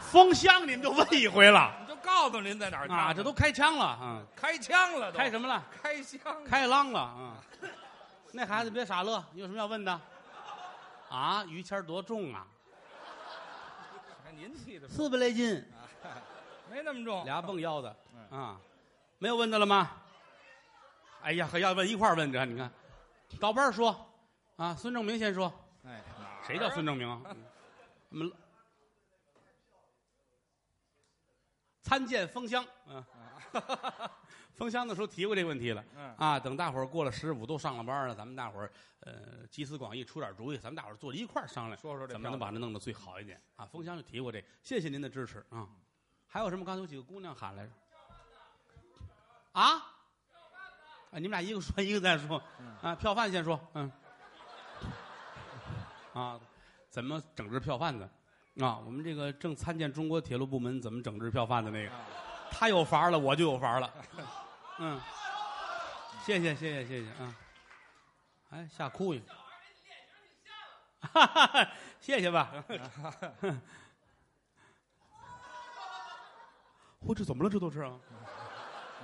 B: 封箱你们就问一回了
C: 你就告诉您在哪儿看
B: 啊，这都开枪了啊，
C: 开枪了都，
B: 开什么了？
C: 开枪，
B: 开浪了啊！那孩子别傻乐，你有什么要问的？啊，于谦儿多重啊？
C: 哎您气的
B: 四百来斤，
C: 没那么重，
B: 哦俩蹦腰子啊，没有问的了吗？哎呀，还要问一块儿问着，你看，倒班儿说啊，孙正明先说，
C: 哎，
B: 谁叫孙正明啊？我们参见封箱，嗯，封箱的时候提过这个问题了，
C: 嗯
B: 啊，等大伙儿过了十五都上了班了，咱们大伙儿呃集思广益，出点主意，咱们大伙儿坐着一块儿商量，
C: 说说这
B: 怎么能
C: 票
B: 把它弄得最好一点啊？封箱就提过这，谢谢您的支持啊、还有什么？刚才有几个姑娘喊来着，啊，啊，你们俩一个说一个再说，啊，票贩先说，嗯，啊，怎么整治票贩子？啊，我们这个正参见中国铁路部门怎么整治票贩子那个，
C: 啊
B: 他有法儿了，我就有法儿了。嗯，谢谢谢谢谢谢啊！哎，吓哭一个。 哈哈哈，谢谢 吧。我这怎么了？这都是啊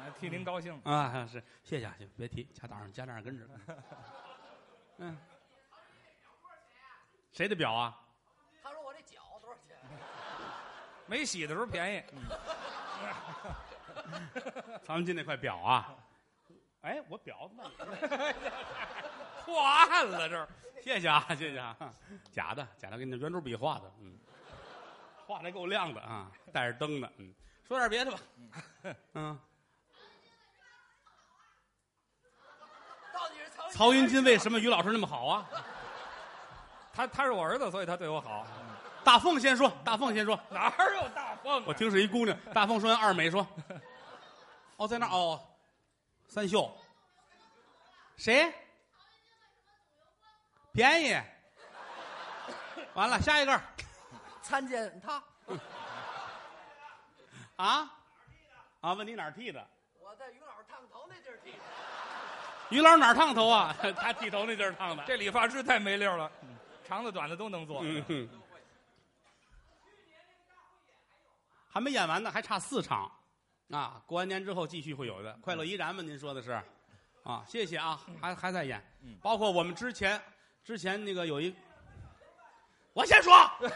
C: 哎替您高兴，
B: 啊！是谢谢啊，行，别提，家长上家长跟着。 嗯，谁的表啊？
N: 他说我这脚多少钱？
C: 没洗的时候便宜，嗯
B: 咱们进那块表啊。哎，我表呢？
C: 破案了这儿，
B: 谢谢啊，谢谢啊，假的，假的，给你的圆珠笔画的，嗯，画的够亮的啊，带着灯的，嗯，说点别的吧，嗯，
N: 到底是曹
B: 曹云金为什么于老师那么好啊？
C: 他他是我儿子，所以他对我好，
B: 大凤先说，大凤先说，
C: 哪儿有大风啊？
B: 我听是一姑娘，大凤说完二美说，哦，在那儿哦，三秀，谁？便宜，完了，下一个
N: 参见他，
B: 啊啊，问你哪儿剃的？
N: 我在于老师烫头那地儿剃的。
B: 于老师哪儿烫头啊？ 他剃头那地儿烫的。
C: 这理发师太没溜了，长的短的都能做，
B: 嗯，还没演完呢，还差四场，啊，过完年之后继续会有的。快乐依然吗？您说的是，啊，谢谢啊，还还在演，包括我们之前之前那个有 一，我先说，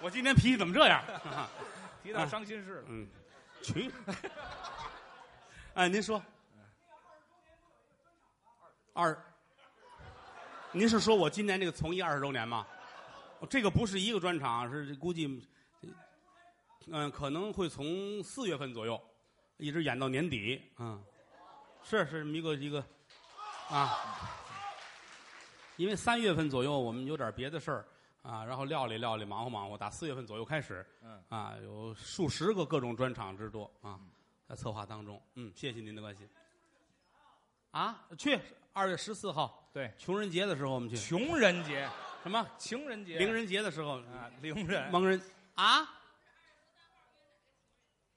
B: 我今天脾气怎么这样？
C: 提到伤心事了，
B: 嗯，去，哎，您说，二，您是说我今年这个从艺二十周年吗？哦这个不是一个专场，是估计，嗯、可能会从四月份左右，一直演到年底，嗯，是是这么一个一个，啊，因为三月份左右我们有点别的事儿啊，然后料理料理，忙活忙活，打四月份左右开始，
C: 嗯
B: 啊，有数十个各种专场之多啊，在策划当中。嗯，谢谢您的关心。啊，去二月十四号，
C: 对，
B: 穷人节的时候我们去。
C: 穷人节，
B: 什么
C: 情人节、
B: 嗯凌人节的时候
C: 啊，凌人
B: 蒙人哎啊。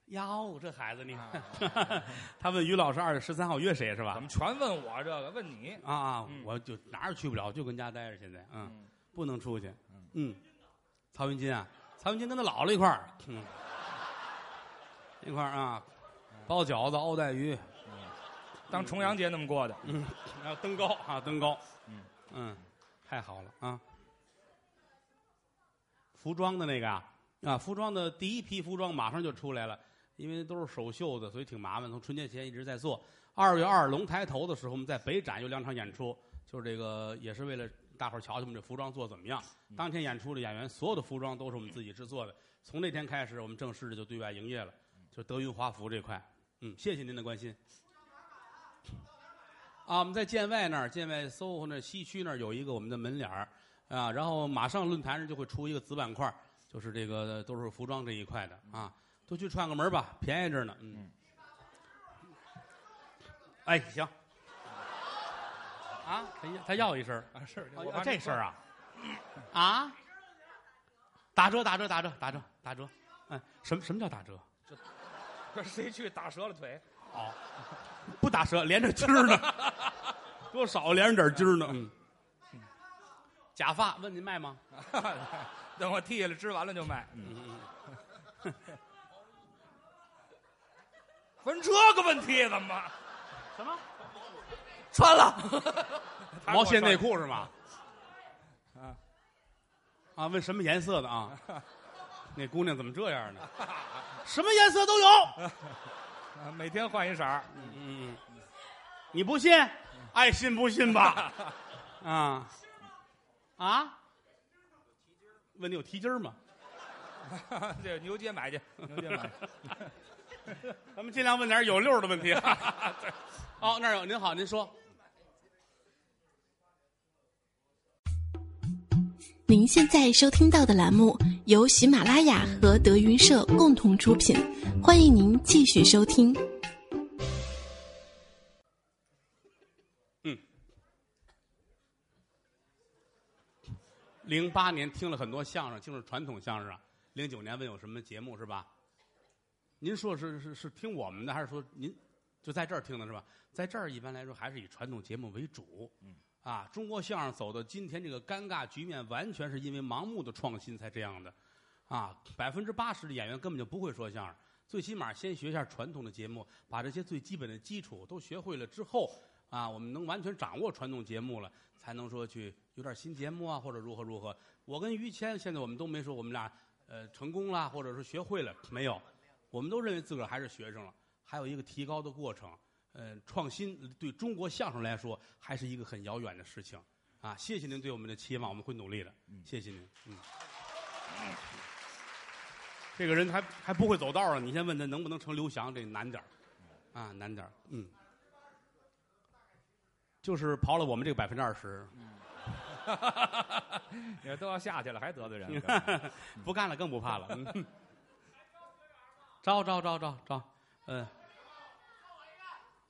B: 哟，这孩子你
C: 啊
B: 看，啊他问于老师二月十三号约谁是吧？
C: 怎么全问我这个？问你
B: 啊啊！我就哪儿也去不了，就跟家待着。现在，嗯，不能出去。嗯，曹云金啊，曹云金跟他姥姥一块儿， 嗯，一块儿啊，包饺子、熬带鱼，
C: 当重阳节那么过的。
B: 嗯，然后登高啊，登高。嗯嗯，太好了啊！服装的那个啊啊，服装的第一批服装马上就出来了，因为都是手绣的，所以挺麻烦。从春节前一直在做。二月二龙抬头的时候，我们在北展有两场演出，就是这个也是为了大伙儿瞧瞧我们这服装做怎么样。当天演出的演员所有的服装都是我们自己制作的。从那天开始，我们正式的就对外营业了，就德云华服这块。嗯，谢谢您的关心。啊，我们在建外那儿，建外 SOHO 那儿西区那儿有一个我们的门脸儿，啊，然后马上论坛上就会出一个子板块儿，就是这个都是服装这一块的啊，都去串个门儿吧，便宜着呢。嗯，哎，行，啊，他要他要一身儿
C: 啊，是
B: 啊
C: 我
B: 要
C: 帮
B: 这
C: 你
B: 身儿
C: 说
B: 啊，啊，打折打折打折打折打折，哎，什么什么叫打折？
C: 这谁去打折了腿？
B: 哦，不打折，连着筋儿 呢，多少连着点筋儿呢。嗯，假发问您卖吗？
C: 等我剃下来织完了就卖。
B: 嗯
C: 问这个问题怎么？
B: 什么？
C: 穿了
B: 毛线内裤是吗？
C: 啊
B: 啊，问什么颜色的 啊？那姑娘怎么这样呢？什么颜色都有，
C: 啊每天换一色儿。
B: 嗯嗯，你不信？爱信不信 吧？啊啊！问你有提筋儿吗？嗯
C: 这牛街买去，牛街 买。
B: 咱们尽量问点有溜儿的问题。 哦，那儿有，您好，您说。
J: 您现在收听到的栏目由喜马拉雅和德云社共同出品，欢迎您继续收听。
B: 零八年听了很多相声，就是传统相声啊。零九年问有什么节目是吧？您说是是是听我们的，还是说您就在这儿听的是吧？在这儿一般来说还是以传统节目为主。嗯，啊，中国相声走到今天这个尴尬局面，完全是因为盲目的创新才这样的。啊，百分之八十的演员根本就不会说相声，最起码先学一下传统的节目，把这些最基本的基础都学会了之后，啊，我们能完全掌握传统节目了，才能说去有点新节目啊，或者如何如何。我跟于谦现在我们都没说我们俩呃成功啦，或者说学会了没有，我们都认为自个儿还是学生了，还有一个提高的过程。呃，创新对中国相声来说还是一个很遥远的事情啊！谢谢您对我们的期望，我们会努力的，谢谢您，嗯。这个人还还不会走道啊呢，你先问他能不能成刘翔，这难点儿，啊，难点儿嗯，就是刨了我们这个百分之二十，
C: 也都要下去了，还得 罪人
B: 不干了更不怕了。嗯招招招招招，嗯，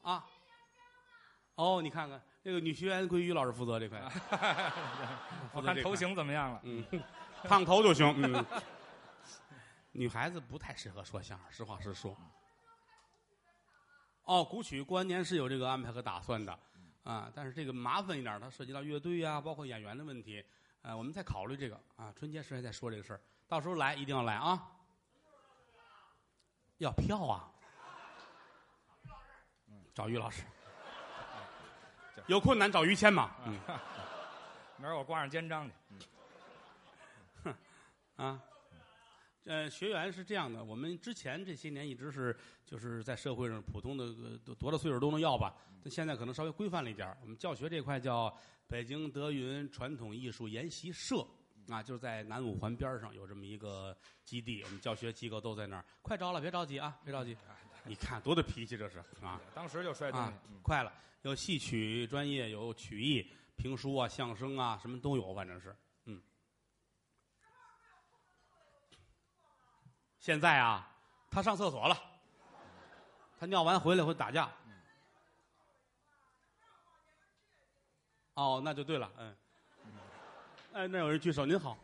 B: 啊，哦，你看看这个女学员归于老师负责这 块，
C: 我看头型怎么样了？
B: 嗯， 烫头就行。嗯，女孩子不太适合说相声，实话实说。哦，古曲过完年是有这个安排和打算的，啊，但是这个麻烦一点儿，它涉及到乐队呀、包括演员的问题，呃，我们在考虑这个啊。春节时还在说这个事儿，到时候来一定要来啊，要票啊，找于老师，有困难找于谦嘛，嗯。
C: 明儿我挂上肩章去。
B: 啊，呃，学员是这样的，我们之前这些年一直是就是在社会上普通的呃多多大岁数都能要吧，但现在可能稍微规范了一点儿我们教学这块叫北京德云传统艺术研习社啊，就是在南五环边儿上有这么一个基地，我们教学机构都在那儿。快招了，别着急啊，别着急。你看多大脾气这是啊！
C: 当时就摔东西嗯
B: 啊，快了，有戏曲专业，有曲艺、评书啊、相声啊，什么都有，反正是，嗯。现在啊，他上厕所了，他尿完回来会打架。哦，那就对了，嗯。哎，那有人举手，您好。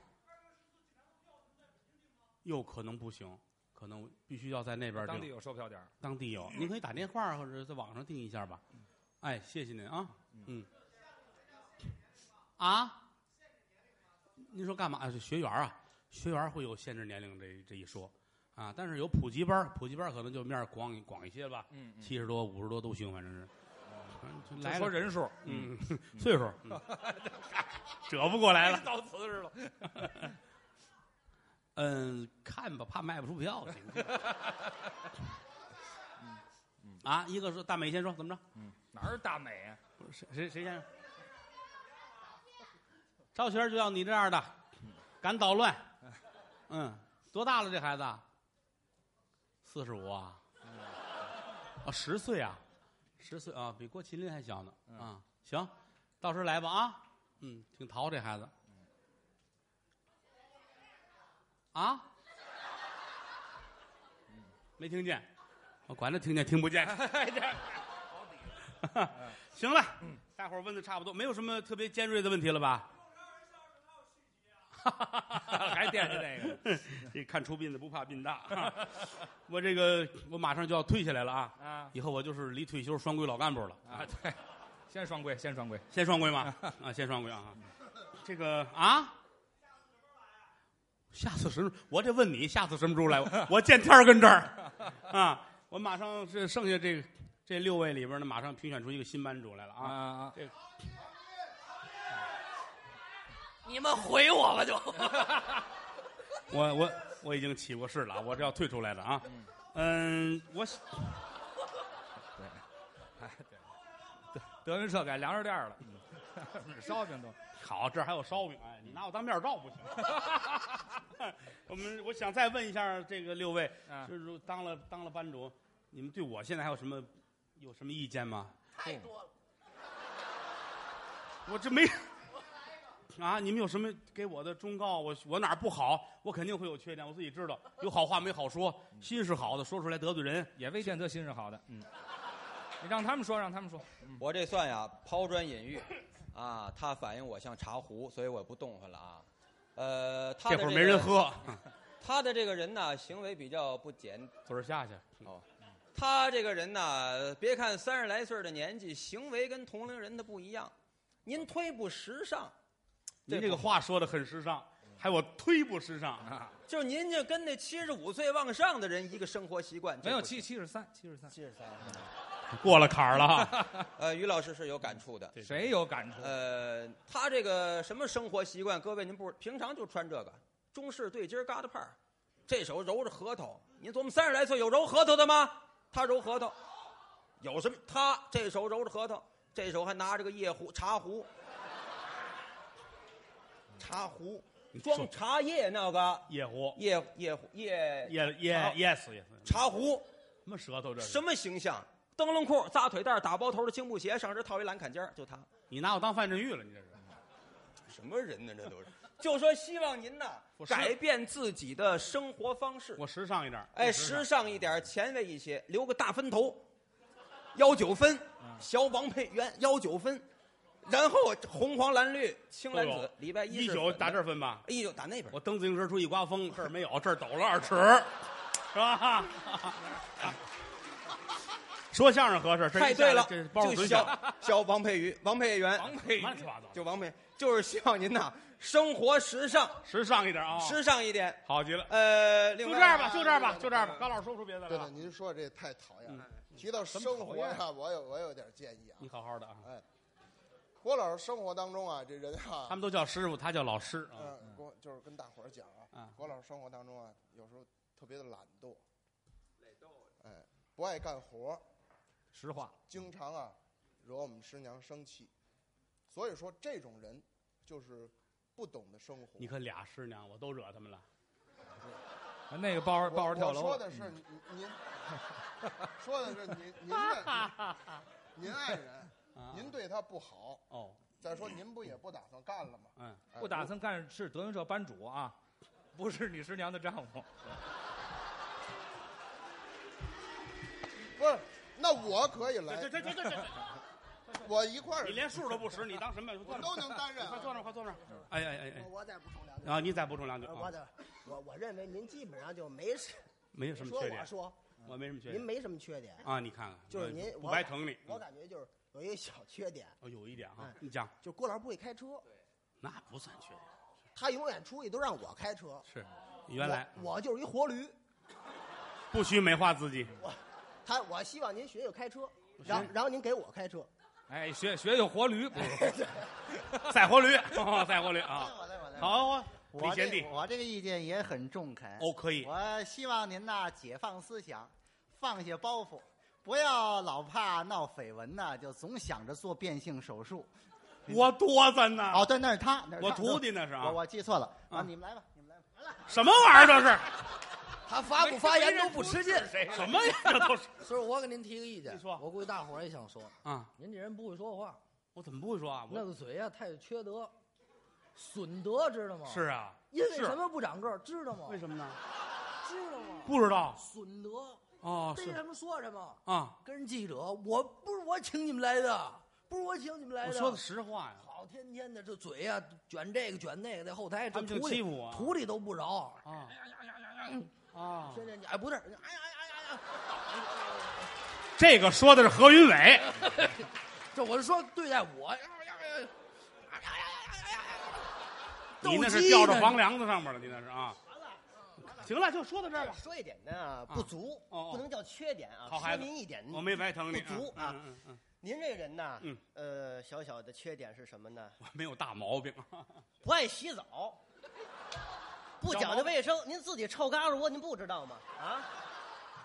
B: 有可能不行，可能必须要在那边订
C: 当地有售票点儿
B: 当地
C: 嗯
B: 有，您可以打电话或者在网上订一下吧。哎，谢谢您啊，嗯。啊？您说干嘛？啊学员啊，学员会有限制年龄这这一说啊，但是有普及班儿，普及班儿可能就面儿广广一些吧，
C: 嗯嗯
B: 七十多、五十多都行，反正是。
C: 就
B: 来了
C: 说人数
B: 嗯
C: 嗯，
B: 岁数，嗯 折不过来 了。
C: 到词似的。
B: 嗯，看吧，怕卖不出票 去。啊，一个说大美先说怎么着？
C: 嗯哪儿大美啊？
B: 不是谁谁谁先生？赵学就要你这样的，敢捣乱。嗯，多大了这孩子？啊四十五啊？啊，十岁啊？十岁啊，比郭麒麟还小呢。啊，行，到时候来吧啊。嗯，挺淘这孩子。啊？没听见？我管他听见听不见。
C: 哎
B: 行了，
C: 嗯
B: 大伙儿问的差不多，没有什么特别尖锐的问题了 吧？还
C: 惦记 这
B: 个，这看出殡的不怕殡大。 我这个我马上就要退下来了啊！
C: 啊
B: 以后我就是离退休双规老干部了
C: 啊，对，先双规，先双规，
B: 先双规 嘛啊，先双规啊！
C: 嗯
B: 这个啊，下次什么？我得问你，下次什么时候来？ 我我见天儿跟这儿啊！我马上这剩下这这六位里边呢，马上评选出一个新班主来了啊！这个
E: 你们回我吧就。
B: 我我我已经起过誓了啊，我这要退出来了啊。嗯，我
C: 对，哎对，德德云社改粮食店了， 烧饼都
B: 好，这儿还有烧饼，哎，你拿我当面罩不行。 我们我想再问一下这个六位，
C: 啊
K: 嗯
B: 就是如当了当了班主，你们对我现在还有什么有什么意见吗？
C: 太多
I: 了。
B: 我这没啊，你们有什么给我的忠告？我我哪儿不好？我肯定会有缺点，我自己知道。有好话没好说，心是好的，说出来得罪人
C: 也未见得心是好的。嗯，你让他们说，让他们说。
K: 我这算呀，抛砖引玉，啊，他反映我像茶壶，所以我不动弹了啊。呃，他的
B: 这会儿
K: 个
B: 没人喝，
K: 他的这个人呢，行为比较不检。
B: 嘴儿下去。
C: 嗯
K: 哦，他这个人呢，别看三十来岁的年纪，行为跟同龄人的不一样。您推不时尚，
B: 您这个话说的很时尚，还我忒不时尚。
K: 就是您就跟那七十五岁往上的人一个生活习惯。
C: 没有
K: 这不行
C: 七七十三，七十三，
K: 七十三。
B: 过了坎儿了 啊。
K: 呃，于老师是有感触的。
C: 谁有感触？
K: 呃，他这个什么生活习惯，各位您不平常就穿这个中式对襟儿疙瘩帕儿这手揉着核桃。您琢磨三十来岁有揉核桃的吗？他揉核桃，有什么？他这手揉着核桃，这手还拿着个夜壶茶壶，茶壶装茶叶那个
B: 夜壶
K: 夜夜壶夜
B: 夜夜
K: 茶
B: yes yes，
K: 茶壶
B: 什么舌头这是？
K: 什么形象？灯笼裤、扎腿带儿、打包头的青布鞋，上身套一蓝坎肩儿就他。
B: 你拿我当范振钰了，你这是？
K: 什么人呢？这都是。就说希望您呐
B: 我，时
K: 改变自己的生活方式，
B: 我时尚一点，
K: 哎，
B: 我啊时尚
K: 时尚一点，前卫一些，留个大分头，幺九分，小王配元幺九分，然后红黄蓝绿青蓝
B: 都有
K: 紫，礼拜一
B: 一
K: 是
B: 宿
K: 粉
B: 打
K: 的
B: 这儿分吧，
K: 一宿打那边，
B: 我蹬自行车出一刮风，这儿没有，这儿抖了二尺，是吧？ 说相声合适，这一
K: 太对了，
B: 下来这包
K: 就
B: 准
K: 小
B: 响。
K: 小王佩瑜、王佩元、王
C: 佩
B: 乱七八糟，
K: 就王佩，就是希望您呐生活时尚，
B: 时尚一点啊，
K: 时尚一点。
B: 好极了。
K: 呃，
B: 就
K: 另外
B: 这样吧，
K: 啊
B: 就这样吧，就这样吧。高老师说不出别的
F: 对
B: 了
F: 了，
B: 啊，
F: 您说这太讨厌了。提到生活
B: 嗯怎么讨啊
F: 呀，我有我有点建议啊。
B: 你好好的啊。
F: 哎，郭老师生活当中啊，这人啊，
B: 他们都叫师傅，他叫老师啊。
F: 嗯，郭就是跟大伙儿讲啊
B: 啊，
F: 郭老师生活当中啊，有时候特别的懒惰，哎，不爱干活儿，
C: 实话，
F: 经常啊惹我们师娘生气，所以说这种人就是不懂得生活。
B: 你可俩师娘，我都惹他们了。
C: 那个抱着
F: 我
C: 抱着跳楼，
F: 我说的是您，您说的是您您 的您爱人，您对他不好。
B: 啊哦，
F: 再说您不也不打算干了吗？
B: 嗯，
F: 哎
C: 不打算干是德云社班主啊，不是你师娘的丈夫。
F: 不是，那我可以来。
B: 这这这这这，
F: 我一块儿，
B: 你连数都不识，你当什么？
F: 我都能担任。啊
B: 快坐那儿，快坐那儿。哎哎哎哎，
O: 我再补充两句
B: 啊你再补充两句
O: 呃
B: 啊
O: 我的，我我认为您基本上就没什
B: 没有什么缺
O: 说我
B: 点
O: 说
B: 我没什么缺点
O: 您没什么缺点
B: 啊你看看
O: 就是
B: 我
O: 您
B: 不
O: 我
B: 白
O: 感
B: 疼你
O: 我
B: 嗯
O: 感觉就是有一个小缺点，
B: 哦，有一点哈
O: 哎，
B: 你讲，
O: 就郭老师不会开车，
B: 那不算缺点，
O: 他永远出去都让我开车。
B: 是 原来嗯
O: 我我就是一活驴，
B: 不许美化自己。
O: 他我希望您学学开车，然后然后您给我开车，
C: 哎，学学学活驴，不是
B: 赛活驴，哦赛活驴啊！好啊，李
H: 我
B: 贤
H: 这
B: 弟，
H: 我这个意见也很中肯。
B: 哦可以
H: 我希望您呐解放思想，放下包袱，不要老怕闹绯闻呐，就总想着做变性手术。
B: 我多咱呐！
H: 哦，对，那是他，那是他
B: 啊我徒弟那是啊
H: 我我记错了
B: 啊
H: 啊！你们来吧，你们来吧。
B: 什么玩意儿这是？
K: 他发不发言都不吃劲，
B: 什么呀？这都是
K: 所以，我给您提个意见，我估计大伙儿也想说，
B: 啊！
K: 您这人不会说话，
B: 我怎么不会说啊？我
K: 那个嘴呀、太缺德，损德，知道吗？
B: 是啊
K: 因为
B: 是
K: 什么不长个儿，知道吗？为
B: 什么呢？
K: 知道吗？
B: 不知道
K: 损德
B: 哦
K: 逮
B: 是
K: 什么说什么
B: 啊！
K: 跟人记者，我不是我请你们来的，不是我请你们来
B: 我
K: 的，
B: 说的实话呀，
K: 好天天的这嘴呀、卷这个卷那个，在后台
B: 他
K: 这
B: 们
K: 徒
B: 就
K: 弟
B: 欺负我
K: 徒弟都不饶
B: 啊哦
K: 啊！天天哎不是，哎呀哎呀
B: 这个说的是何云 伟，
K: 哎呀，这我是说对待我，哎呀哎呀哎呀
B: 你那
K: 斗
B: 是
K: 鸡
B: 吊
K: 呢
B: 着房梁子上面了，你那是 啊？行了，就说到这儿吧。
G: 说一点呢，啊不足，不能叫缺点
B: 啊
G: 啊，
B: 哦好孩子
G: 说您一
K: 嗯
G: 点，
B: 我没白嗯疼你
G: 不足啊。
B: 嗯嗯嗯嗯
G: 您这个人呐，呃，小小的缺点是什么呢？
B: 没有大毛病，
G: 不爱洗澡，不讲究卫生，您自己臭嘎吱窝，您不知道吗？啊，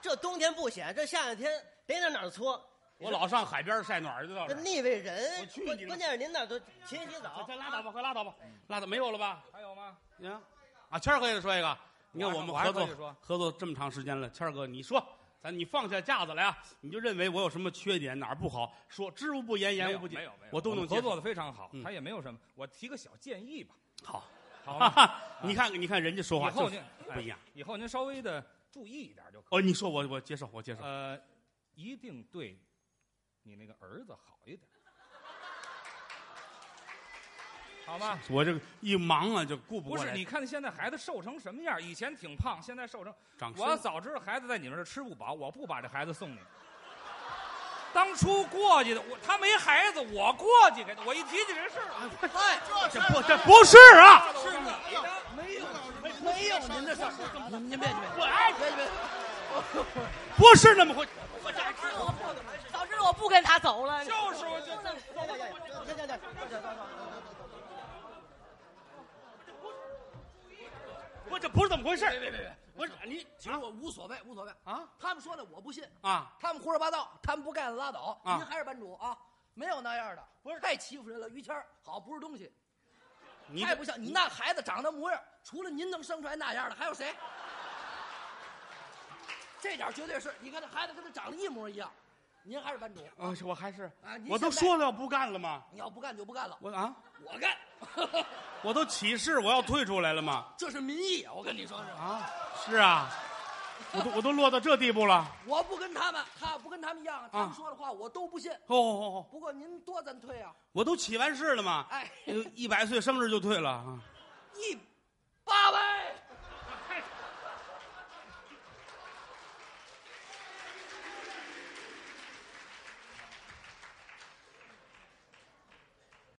G: 这冬天不显，这夏天得哪哪儿搓。
B: 我老上海边晒暖儿去到
G: 这
B: 这。
G: 腻味人，
B: 我去
G: 关
B: 你的
G: 关键是您那都勤洗澡，
B: 这拉倒吧，快拉倒吧，拉倒没有了吧？
C: 还有吗？
B: 你看，啊，谦儿哥也说一个，你看
C: 我还
B: 我们
C: 我还
B: 合
C: 可以
B: 作
C: 说
B: 合作这么长时间了，谦儿哥你说，咱你放下架子来啊，你就认为我有什么缺点哪儿不好，说知无不言，言
C: 没
B: 无
C: 有
B: 不尽，
C: 没有没有，
B: 我都能
C: 们合作的非常好，
B: 嗯
C: 他也没有什么。我提个小建议吧，
B: 好，
C: 好
B: 哈
C: 吗
B: 哈，你看看你看人家说话
C: 以后
B: 就
C: 您
B: 是不一样。
C: 哎以后您稍微的注意一点就可
B: 哦，你说我我接受我接受，
C: 呃，一定对你那个儿子好一点，好吗？
B: 我这个一忙啊就顾
C: 不
B: 过
C: 是，
B: 来
C: 你看现在孩子瘦成什么样？以前挺胖，现在瘦成……
B: 长
C: 我要
B: 身
C: 早知道孩子在你们这儿吃不饱，我不把这孩子送你。当初过去的我，他没孩子，我过去给他，我一提起这事儿，哎，
B: 这不这不是啊
C: 是你的，
K: 没有没有您的事儿，您您别别，
B: 我哎
K: 别别。
B: 不是那么回，
A: 早知道我不跟他走了。
C: 就是我就
B: 不这不是这么回事儿
K: 别别别别，
B: 不是你，
K: 其实我无所谓，无所谓
B: 啊。
K: 他们说的我不信
B: 啊，
K: 他们胡说八道，他们不干的拉倒。
B: 啊
K: 您还是班主啊，没有那样的，不是太欺负人了。于谦儿好不是东西，
B: 你
K: 太不像你那孩子长那模样，除了您能生出来那样的，还有谁？这点儿绝对是，你看这孩子跟他长得一模一样，您还是班主
B: 啊，我还是
K: 啊您
B: 我都
K: 现在
B: 说了要不干了吗？
K: 你要不干就不干了，
B: 我啊，
K: 我干，
B: 我都起誓我要退出来了吗？
K: 这是民意啊！我跟你说是
B: 啊，是啊，我都我都落到这地步了。
K: 我不跟他们，他不跟他们一样，他们说的话我都不信。
B: 哦哦哦，
K: 不过您多咱退啊，
B: 我都起完誓了嘛，
K: 哎
B: 一百岁生日就退了啊！
K: 一